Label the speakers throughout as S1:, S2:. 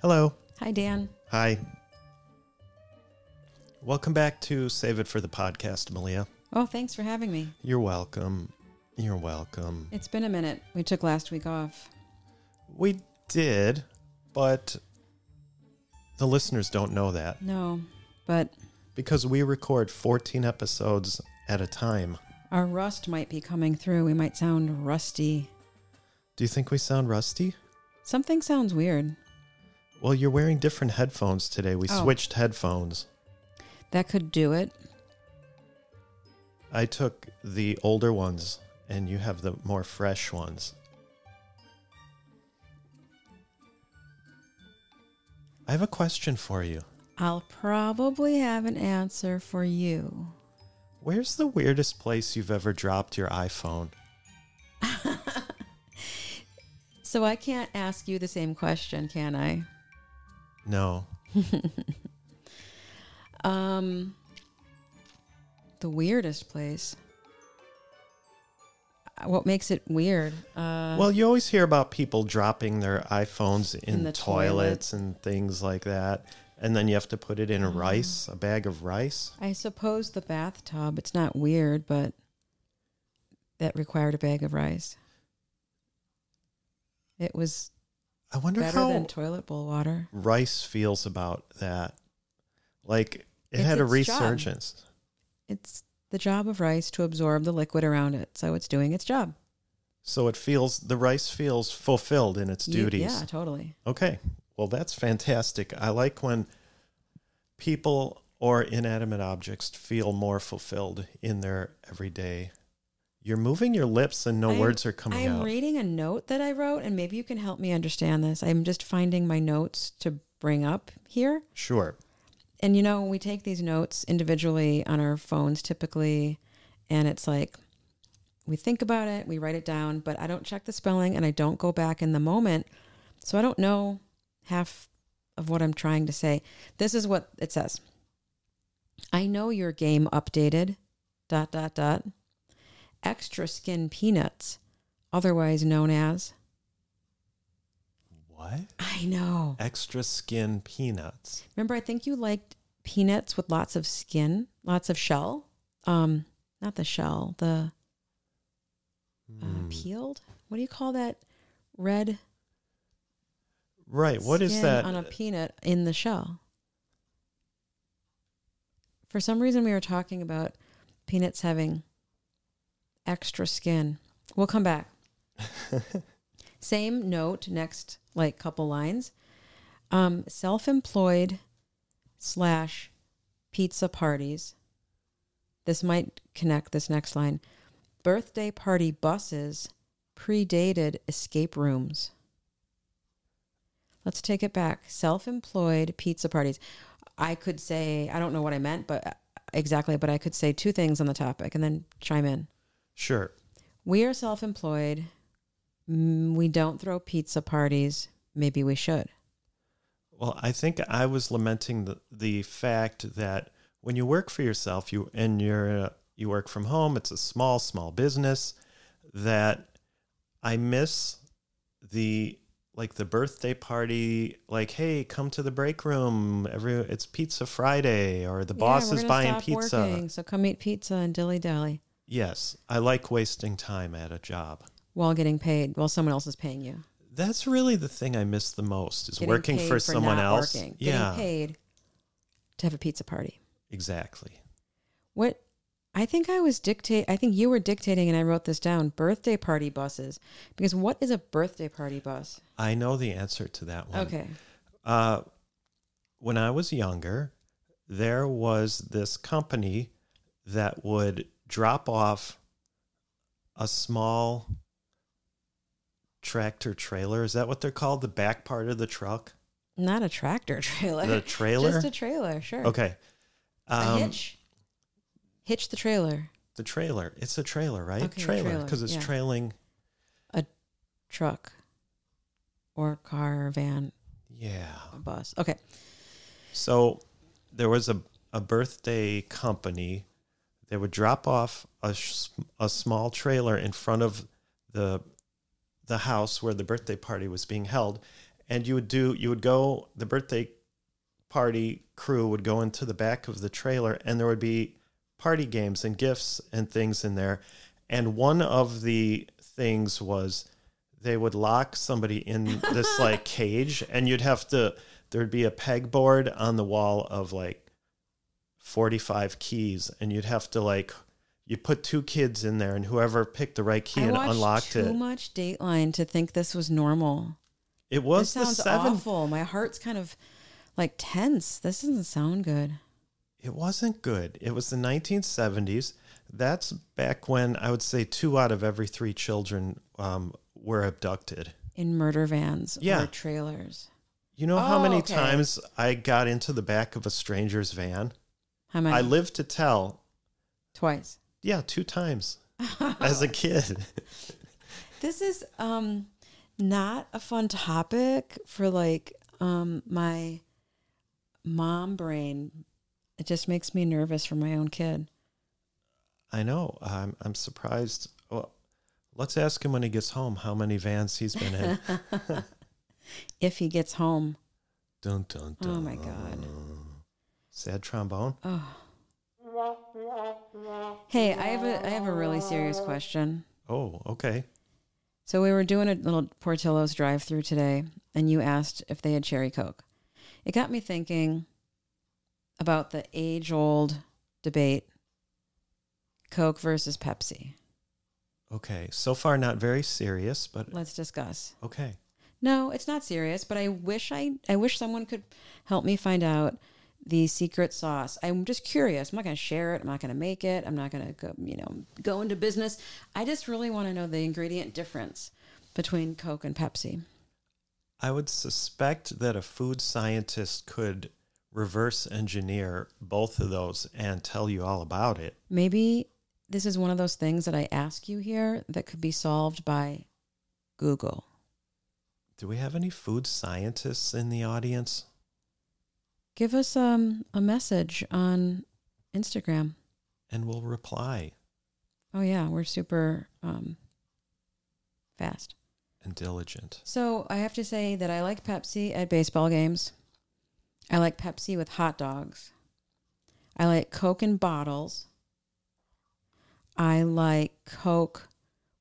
S1: Hello.
S2: Hi, Dan.
S1: Hi. Welcome back to Save It for the Podcast, Malia.
S2: Oh, thanks for having me.
S1: You're welcome. You're welcome.
S2: It's been a minute. We took last week off.
S1: We did, but the listeners don't know that
S2: No, but
S1: because we record 14 episodes at a time.
S2: our rust might be coming through. We might sound rusty.
S1: Do you think we sound rusty?
S2: Something sounds weird.
S1: Well, you're wearing different headphones today. We
S2: Oh.
S1: switched headphones.
S2: That could do it.
S1: I took the older ones, and you have the more fresh ones. I have a question for you.
S2: I'll probably have an answer for you.
S1: Where's the weirdest place you've ever dropped your iPhone?
S2: So I can't ask you the same question, can I?
S1: No.
S2: Um, the weirdest place. Uh, What makes it weird? Uh,
S1: well, you always hear about people dropping their iPhones in,
S2: the
S1: toilets and things like that. And then you have to put it
S2: Mm.
S1: in rice, a bag of rice.
S2: I suppose the bathtub. It's not weird, but that required a bag of rice. It was
S1: I wonder
S2: better
S1: how
S2: than toilet bowl water.
S1: rice feels about that. Like it
S2: It's
S1: had a
S2: its job.
S1: resurgence.
S2: It's the job of rice to absorb the liquid around it, so it's doing its job.
S1: So it feels the rice feels fulfilled in its
S2: You-
S1: duties.
S2: yeah, totally.
S1: Okay. Well, that's fantastic. I like when people or inanimate objects feel more fulfilled in their everyday. You're moving your lips and no
S2: I'm-
S1: words are coming
S2: I'm
S1: out.
S2: reading a note that I wrote, and maybe you can help me understand this. I'm just finding my notes to bring up here.
S1: sure.
S2: and you know we take these notes individually on our phones typically and it's like we think about it we write it down but i don't check the spelling and i don't go back in the moment so i don't know half of what i'm trying to say this is what it says i know your game updated dot dot dot extra skin peanuts otherwise known as
S1: What?
S2: i know
S1: Extra skin peanuts.
S2: Remember, I think you liked peanuts with lots of skin, lots of shell. Um, not the shell, the uh,
S1: Hmm.
S2: peeled. What do you call that? Red.
S1: Right. What is
S2: skin
S1: that?
S2: on a peanut in the shell? For some reason, we were talking about peanuts having extra skin. We'll come back. Same note, next like couple lines. Um, self-employed slash pizza parties. This might connect this next line. Birthday party buses predated escape rooms. Let's take it back. Self employed pizza parties. I could say, I don't know what I meant, but uh, exactly, but I could say two things on the topic and then chime in.
S1: sure.
S2: We are self employed. We don't throw pizza parties. Maybe we should.
S1: Well, I think I was lamenting the, the fact that when you work for yourself, you and you're uh, you work from home. It's a small, small business. That I miss the like the birthday party. Like, hey, come to the break room. Every it's Pizza Friday, or the boss is buying pizza.
S2: so come eat pizza and dilly dally
S1: Yes, I like wasting time at a job.
S2: while getting paid, while someone else is paying you.
S1: That's really the thing I miss the most is
S2: Getting
S1: working
S2: paid
S1: for someone
S2: not
S1: else.
S2: Working,
S1: Yeah,
S2: Getting paid to have a pizza party.
S1: exactly.
S2: What I think I was dictate I think you were dictating and I wrote this down birthday party buses because what is a birthday party bus?
S1: I know the answer to that one.
S2: Okay.
S1: Uh, when I was younger, there was this company that would drop off a small tractor trailer. Is that what they're called? The back part of the truck?
S2: Not a tractor trailer.
S1: The trailer?
S2: Just a trailer, sure.
S1: Okay.
S2: a
S1: Um,
S2: hitch. Hitch the trailer.
S1: The trailer. It's a trailer, right?
S2: Okay, a
S1: trailer.
S2: trailer,
S1: Because it's
S2: yeah.
S1: trailing.
S2: A truck or car or van
S1: Yeah.
S2: a bus. Okay.
S1: So there was a, a birthday company. They would drop off a, sh- a small trailer in front of the the house where the birthday party was being held, and you would do you would go the birthday party crew would go into the back of the trailer and there would be party games and gifts and things in there and one of the things was they would lock somebody in this like cage and you'd have to there'd be a pegboard on the wall of like 45 keys and you'd have to like you put two kids in there and whoever picked the right key
S2: I
S1: and
S2: watched
S1: unlocked
S2: too
S1: it
S2: much Dateline to think this was normal.
S1: it was the
S2: this sounds
S1: seven
S2: awful. My heart's kind of like tense. This doesn't sound good.
S1: it wasn't good it was the 1970s that's back when i would say two out of every three children um, were abducted
S2: In murder vans
S1: Yeah.
S2: or trailers.
S1: you know how
S2: Oh,
S1: many
S2: okay.
S1: times i got into the back of a stranger's van
S2: How many?
S1: i lived to tell
S2: Twice.
S1: Yeah, two times as a kid.
S2: This is um not a fun topic for like um my mom brain. It just makes me nervous for my own kid.
S1: I know. I'm I'm surprised. Well, let's ask him when he gets home how many vans he's been in.
S2: If he gets home.
S1: dun dun dun.
S2: Oh my god.
S1: Sad trombone.
S2: Hey, I have a I have a really serious question.
S1: Oh, okay.
S2: So we were doing a little Portillo's drive through today, and you asked if they had cherry coke. It got me thinking about the age old debate Coke versus Pepsi.
S1: Okay. So far not very serious, but
S2: Let's discuss.
S1: okay.
S2: No, it's not serious, but I wish I I wish someone could help me find out the secret sauce. I'm just curious. I'm not going to share it. I'm not going to make it. I'm not going to go, you know, go into business. I just really want to know the ingredient difference between Coke and Pepsi.
S1: I would suspect that a food scientist could reverse engineer both of those and tell you all about it.
S2: Maybe this is one of those things that I ask you here that could be solved by Google.
S1: Do we have any food scientists in the audience?
S2: Give us um, a message on Instagram.
S1: And we'll reply
S2: Oh yeah, we're super um, fast.
S1: and diligent.
S2: So I have to say that I like Pepsi at baseball games. I like Pepsi with hot dogs. I like Coke in bottles. I like Coke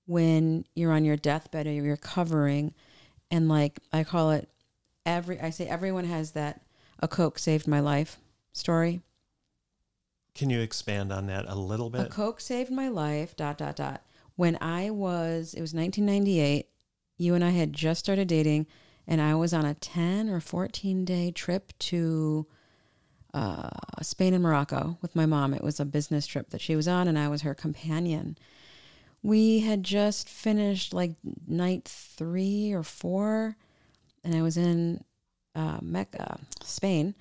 S2: when you're on your deathbed or you're recovering. And like I call it every I say everyone has that a Coke saved my life story.
S1: Can you expand on that a little
S2: A
S1: bit?
S2: Coke saved my life. Dot dot dot. When I was, it was 1998. You and I had just started dating, and I was on a 10 or 14 day trip to uh, Spain and Morocco with my mom. It was a business trip that she was on, and I was her companion. We had just finished like night three or four, and I was in uh, Mecca, Spain,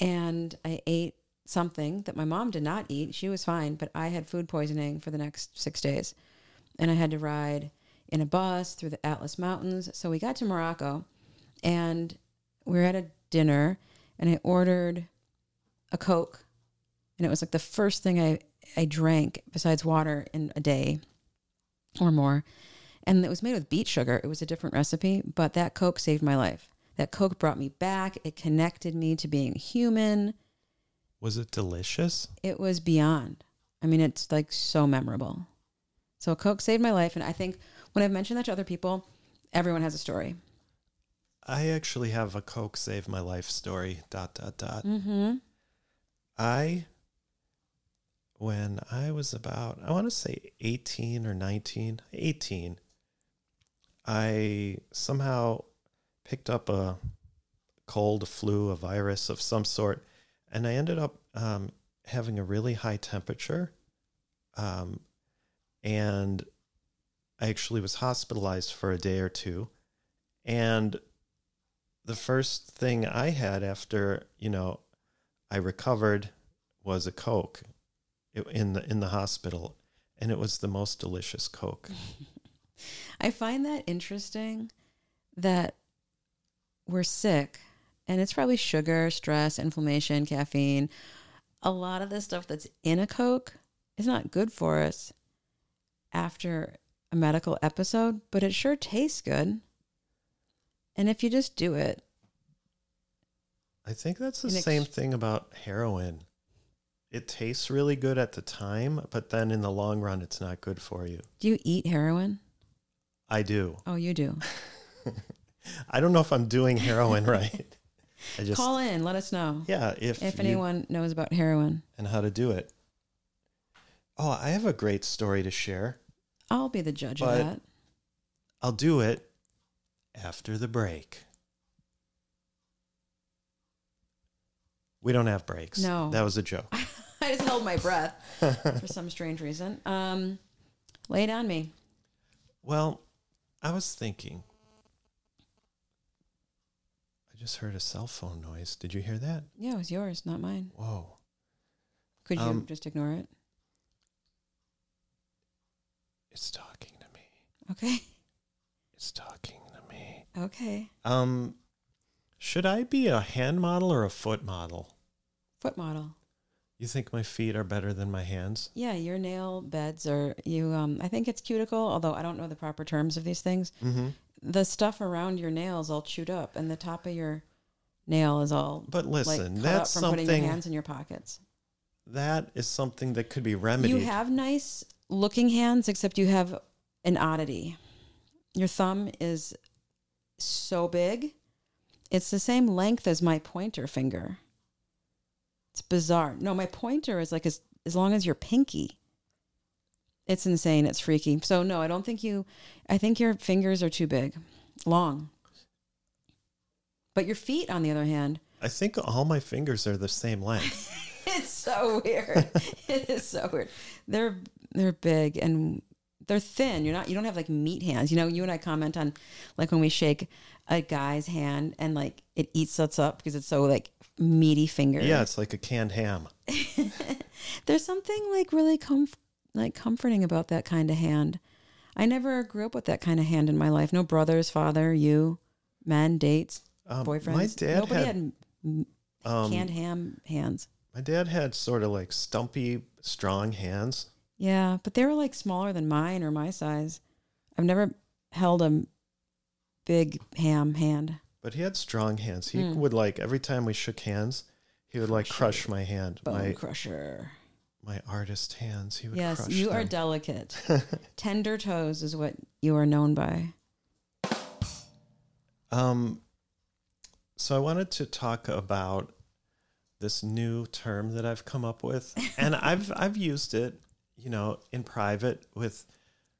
S2: and I ate something that my mom did not eat. She was fine, but I had food poisoning for the next six days. And I had to ride in a bus through the Atlas Mountains. So we got to Morocco and we were at a dinner and I ordered a Coke. And it was like the first thing I, I drank besides water in a day or more. And it was made with beet sugar. It was a different recipe, but that Coke saved my life. That Coke brought me back. It connected me to being human
S1: Was it delicious?
S2: it was beyond. I mean, it's like so memorable. So Coke saved my life, and I think when I've mentioned that to other people, everyone has a story.
S1: I actually have a Coke save my life story. Dot dot dot.
S2: Mm-hmm.
S1: I when I was about I want to say 18 or 19, 18, I somehow picked up a cold, a flu, a virus of some sort, and I ended up um, having a really high temperature. Um, and I actually was hospitalized for a day or two. And the first thing I had after, you know, I recovered was a Coke i- in the in the hospital, and it was the most delicious Coke.
S2: I find that interesting that we're sick, and it's probably sugar, stress, inflammation, caffeine. A lot of the stuff that's in a Coke is not good for us after a medical episode, but it sure tastes good. And if you just do it,
S1: I think that's the
S2: An ex-
S1: same thing about heroin. It tastes really good at the time, but then in the long run, it's not good for you.
S2: do you eat heroin?
S1: I do.
S2: Oh, you do.
S1: I don't know if I'm doing heroin right. I just,
S2: Call in, let us know
S1: yeah, if,
S2: if
S1: you-
S2: anyone knows about heroin.
S1: and how to do it. Oh, I have a great story to share.
S2: I'll be the judge
S1: But-
S2: of that.
S1: I'll do it after the break. We don't have breaks.
S2: No.
S1: That was a joke.
S2: I just held my breath for some strange reason. Um, lay it on me.
S1: Well, I was thinking. I just heard a cell phone noise. Did you hear that?
S2: Yeah, it was yours, not mine.
S1: Whoa.
S2: Could you
S1: Um,
S2: just ignore it?
S1: It's talking to me.
S2: Okay.
S1: It's talking to me.
S2: Okay.
S1: Um should I be a hand model or a foot model?
S2: Foot model.
S1: You think my feet are better than my hands?
S2: Yeah, your nail beds are you um I think it's cuticle, although I don't know the proper terms of these things.
S1: Mm-hmm.
S2: The stuff around your nails all chewed up and the top of your nail is all
S1: But
S2: like
S1: listen,
S2: cut
S1: that's
S2: up from putting your
S1: something
S2: hands in your pockets.
S1: that is something that could be remedied.
S2: You have nice looking hands, except you have an oddity. Your thumb is so big. It's the same length as my pointer finger. It's bizarre. No, my pointer is like as, as long as your pinky. It's insane. It's freaky. So, no, I don't think you, I think your fingers are too big, long. But your feet, on the other hand,
S1: I think all my fingers are the same length.
S2: it's so weird. it is so weird. They're they're big and they're thin. You're not you don't have like meat hands. You know, you and I comment on like when we shake a guy's hand and like it eats us up because it's so like meaty finger.
S1: yeah, it's like a canned ham.
S2: There's something like really comf- like comforting about that kind of hand. I never grew up with that kind of hand in my life. No brothers, father, you, men, dates,
S1: Um,
S2: boyfriends.
S1: My dad
S2: Nobody
S1: had,
S2: had,
S1: um,
S2: canned ham hands.
S1: My dad had sort of like stumpy, strong hands.
S2: Yeah, but they were like smaller than mine or my size. I've never held a big ham hand.
S1: But he had strong hands. He
S2: Mm.
S1: would like every time we shook hands, he would like crush my hand,
S2: Bone
S1: my
S2: crusher.
S1: my artist hands. He would
S2: Yes,
S1: crush.
S2: you are
S1: them.
S2: delicate. Tender toes is what you are known by.
S1: Um, so I wanted to talk about this new term that I've come up with, and I've I've used it, you know, in private with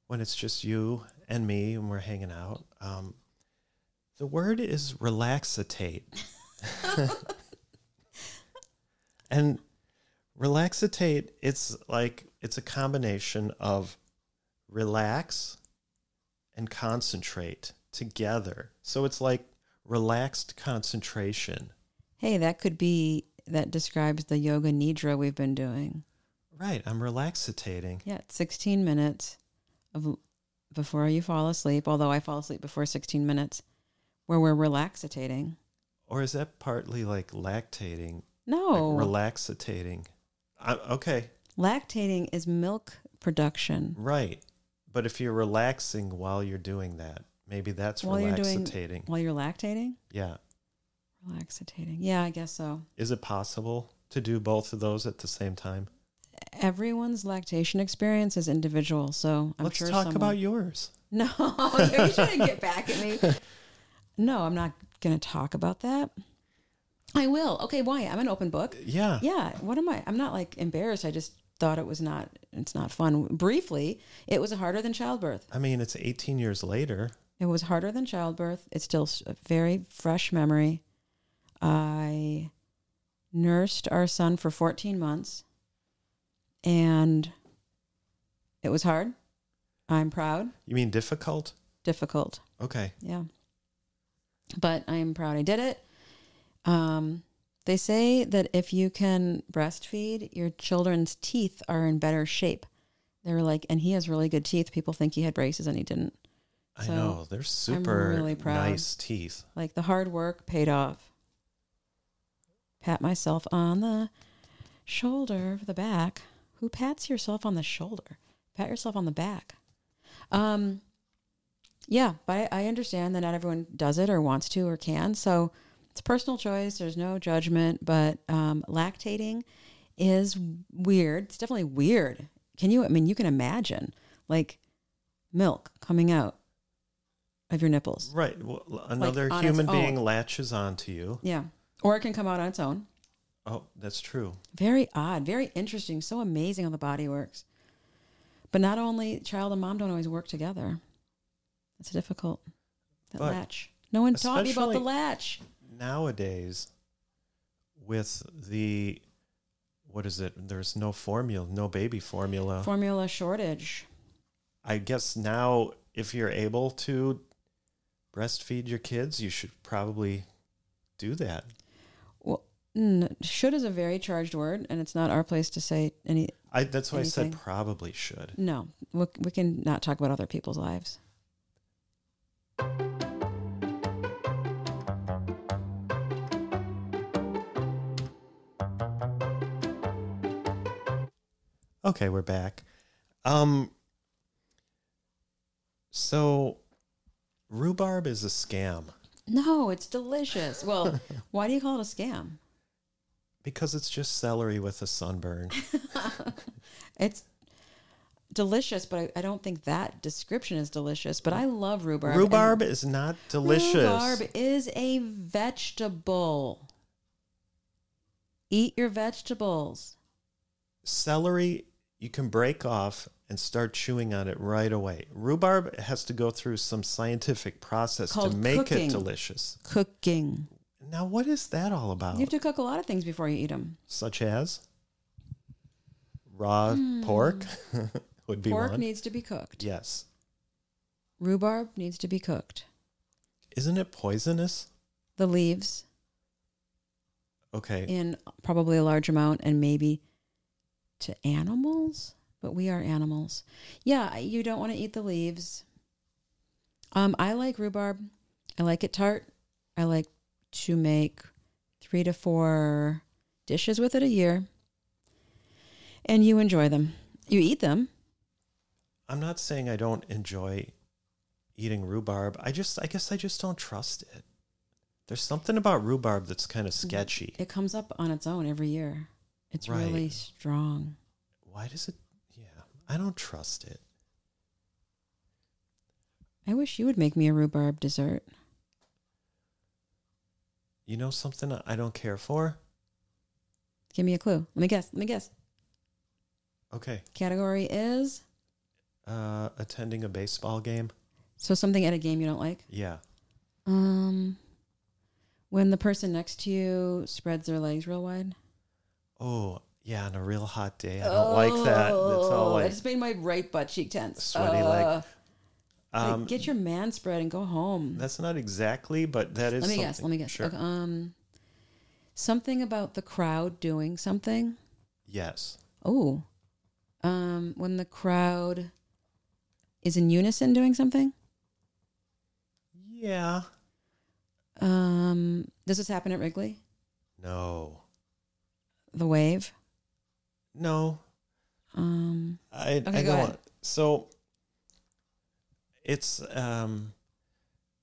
S1: when it's just you and me and we're hanging out. Um, the word is relaxitate, and relaxitate. It's like it's a combination of relax and concentrate together. So it's like relaxed concentration.
S2: Hey, that could be that describes the yoga nidra we've been doing.
S1: Right, I'm relaxitating.
S2: Yeah, it's 16 minutes of before you fall asleep, although I fall asleep before 16 minutes where we're relaxitating.
S1: Or is that partly like lactating?
S2: No.
S1: Like relaxitating. I, okay,
S2: Lactating is milk production.
S1: right. But if you're relaxing while you're doing that, maybe that's
S2: While you're doing-
S1: relaxitating.
S2: While you're lactating?
S1: yeah.
S2: Relaxitating. Yeah, I guess so.
S1: Is it possible to do both of those at the same time?
S2: Everyone's lactation experience is individual, so I'm
S1: Let's
S2: sure
S1: talk
S2: someone...
S1: about yours.
S2: No, you shouldn't get back at me. No, I'm not going to talk about that. I will. Okay, why? I'm an open book.
S1: Yeah.
S2: Yeah, what am I? I'm not like embarrassed. I just thought it was not it's not fun. Briefly, it was harder than childbirth.
S1: I mean, it's 18 years later.
S2: It was harder than childbirth. It's still s- a very fresh memory. I nursed our son for 14 months and it was hard. I'm proud.
S1: You mean difficult?
S2: Difficult.
S1: Okay.
S2: Yeah. But I'm proud I did it. Um, they say that if you can breastfeed, your children's teeth are in better shape. They were like, and he has really good teeth. People think he had braces and he didn't.
S1: I
S2: So,
S1: know. They're super
S2: really proud.
S1: nice teeth.
S2: Like the hard work paid off. Pat myself on the shoulder, the back. Who pats yourself on the shoulder? Pat yourself on the back. Um, Yeah, but I, I understand that not everyone does it or wants to or can. So it's personal choice. There's no judgment, but um, lactating is weird. It's definitely weird. Can you? I mean, you can imagine like milk coming out of your nipples.
S1: Right. Well, another
S2: on its
S1: human being
S2: own.
S1: latches onto you.
S2: Yeah, or it can come out on its own.
S1: Oh, that's true.
S2: Very odd. Very interesting. So amazing how the body works. But not only child and mom don't always work together. That's difficult. That
S1: But
S2: latch. No one taught me about the
S1: especially-
S2: latch.
S1: Nowadays, with the what is it? There's no formula, no baby formula.
S2: Formula shortage.
S1: I guess now, if you're able to breastfeed your kids, you should probably do that.
S2: Well, n- should is a very charged word, and it's not our place to say any.
S1: I, that's why I
S2: Anything.
S1: said probably should.
S2: No, we, we can not talk about other people's lives.
S1: Okay, we're back. Um so rhubarb is a scam
S2: No, it's delicious. Well, why do you call it a scam?
S1: because it's just celery with a sunburn.
S2: It's delicious, but I, I don't think that description is delicious. But I love rhubarb. and
S1: rhubarb is not delicious.
S2: Rhubarb is a vegetable. Eat your vegetables.
S1: Celery you can break off and start chewing on it right away. Rhubarb has to go through some scientific process
S2: Called
S1: to make
S2: cooking.
S1: it delicious.
S2: Cooking.
S1: Now what is that all about?
S2: You have to cook a lot of things before you eat them.
S1: Such as raw pork would be
S2: Hmm. Pork
S1: one.
S2: needs to be cooked.
S1: yes.
S2: Rhubarb needs to be cooked.
S1: Isn't it poisonous?
S2: The leaves
S1: Okay.
S2: in probably a large amount and maybe to animals, but we are animals. Yeah, you don't want to eat the leaves. Um, I like rhubarb. I like it tart. I like to make three to four dishes with it a year. And you enjoy them. You eat them.
S1: I'm not saying I don't enjoy eating rhubarb. I just, I guess I just don't trust it. There's something about rhubarb that's kind of sketchy.
S2: Mm-hmm. It comes up on its own every year. It's
S1: Right.
S2: really strong.
S1: Why does it? Yeah, I don't trust it.
S2: I wish you would make me a rhubarb dessert.
S1: You know something I don't care for?
S2: Give me a clue. Let me guess. Let me guess.
S1: Okay.
S2: Category is
S1: Uh, attending a baseball game?
S2: So something at a game you don't like?
S1: Yeah.
S2: Um when the person next to you spreads their legs real wide.
S1: Oh, yeah, on a real hot day. I don't like that. It's all
S2: I
S1: like,
S2: just Oh, made my right butt cheek tense. Uh,
S1: Sweaty leg.
S2: like,
S1: um,
S2: get your man spread and go home.
S1: that's not exactly, but that is
S2: Let me
S1: something.
S2: guess. Let me guess.
S1: Sure.
S2: Okay, um something about the crowd doing something.
S1: Yes.
S2: Oh. Um when the crowd is in unison doing something.
S1: Yeah.
S2: Um does this happen at Wrigley?
S1: No.
S2: The wave?
S1: No.
S2: Um
S1: I,
S2: Okay,
S1: I
S2: go
S1: know.
S2: ahead.
S1: So it's um,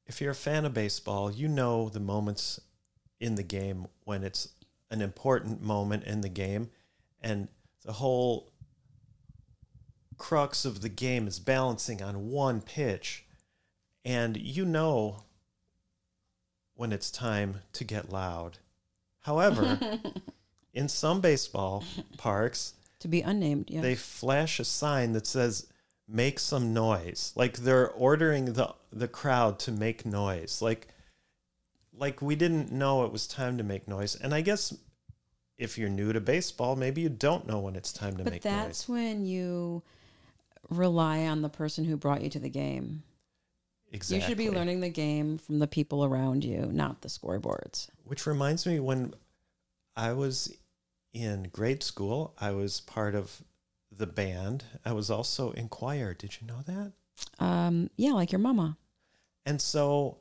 S1: if you're a fan of baseball, you know the moments in the game when it's an important moment in the game, and the whole crux of the game is balancing on one pitch, and you know when it's time to get loud. However, in some baseball parks,
S2: to be unnamed, yeah.
S1: they flash a sign that says make some noise like they're ordering the the crowd to make noise like like we didn't know it was time to make noise and i guess if you're new to baseball maybe you don't know when it's time to
S2: But
S1: make
S2: that's
S1: noise
S2: when you rely on the person who brought you to the game.
S1: exactly
S2: You should be learning the game from the people around you, not the scoreboards.
S1: which reminds me when i was in grade school i was part of the band i was also in choir did you know that
S2: Um, yeah, like your mama.
S1: And so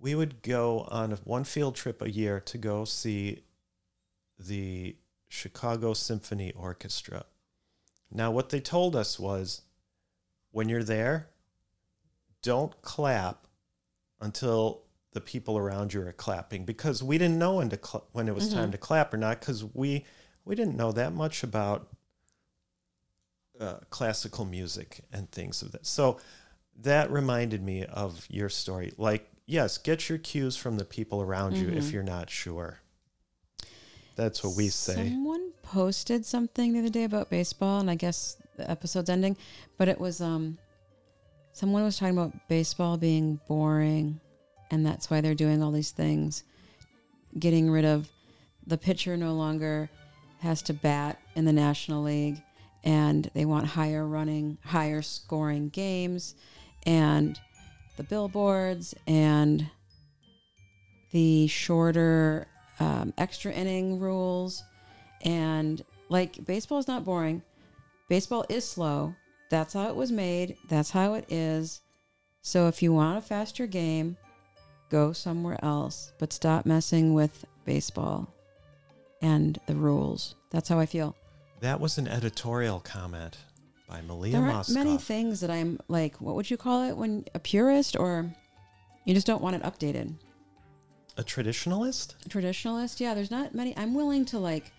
S1: we would go on one field trip a year to go see the Chicago Symphony Orchestra. Now, what they told us was when you're there, don't clap until the people around you are clapping because we didn't know when to cl- when it was time to clap or not because we we didn't know that much about uh, classical music and things of that. So that reminded me of your story. Like, yes, get your cues from the people around you
S2: Mm-hmm.
S1: if you're not sure. That's what we say.
S2: Someone posted something the other day about baseball, and I guess the episode's ending, but it was um, someone was talking about baseball being boring, and that's why they're doing all these things, getting rid of the pitcher no longer has to bat in the National League, and they want higher running, higher scoring games, and the billboards and the shorter um, extra inning rules and like baseball is not boring baseball is slow that's how it was made that's how it is so if you want a faster game go somewhere else but stop messing with baseball and the rules that's how i feel
S1: That was an editorial comment by Malia
S2: there aren't
S1: Moskoff.
S2: many things that i'm like what would you call it when a purist or you just don't want it updated
S1: a traditionalist?
S2: traditionalist yeah there's not many i'm willing to like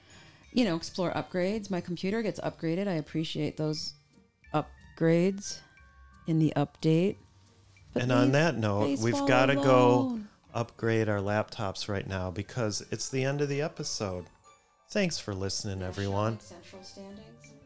S2: you know explore upgrades my computer gets upgraded i appreciate those upgrades in the update But
S1: and
S2: leave
S1: on that note, we've
S2: baseball
S1: got to go
S2: alone.
S1: upgrade our laptops right now because it's the end of the episode. Thanks for listening, everyone.
S2: Central standings.